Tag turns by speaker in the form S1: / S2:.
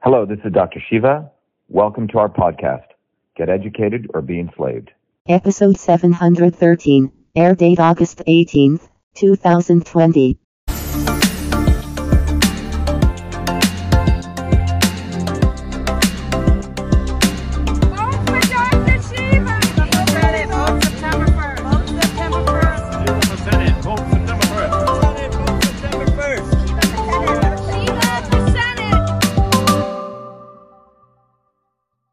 S1: Hello, this is Dr. Shiva. Welcome to our podcast, Get Educated or Be Enslaved.
S2: Episode 713, air date August 18th, 2020.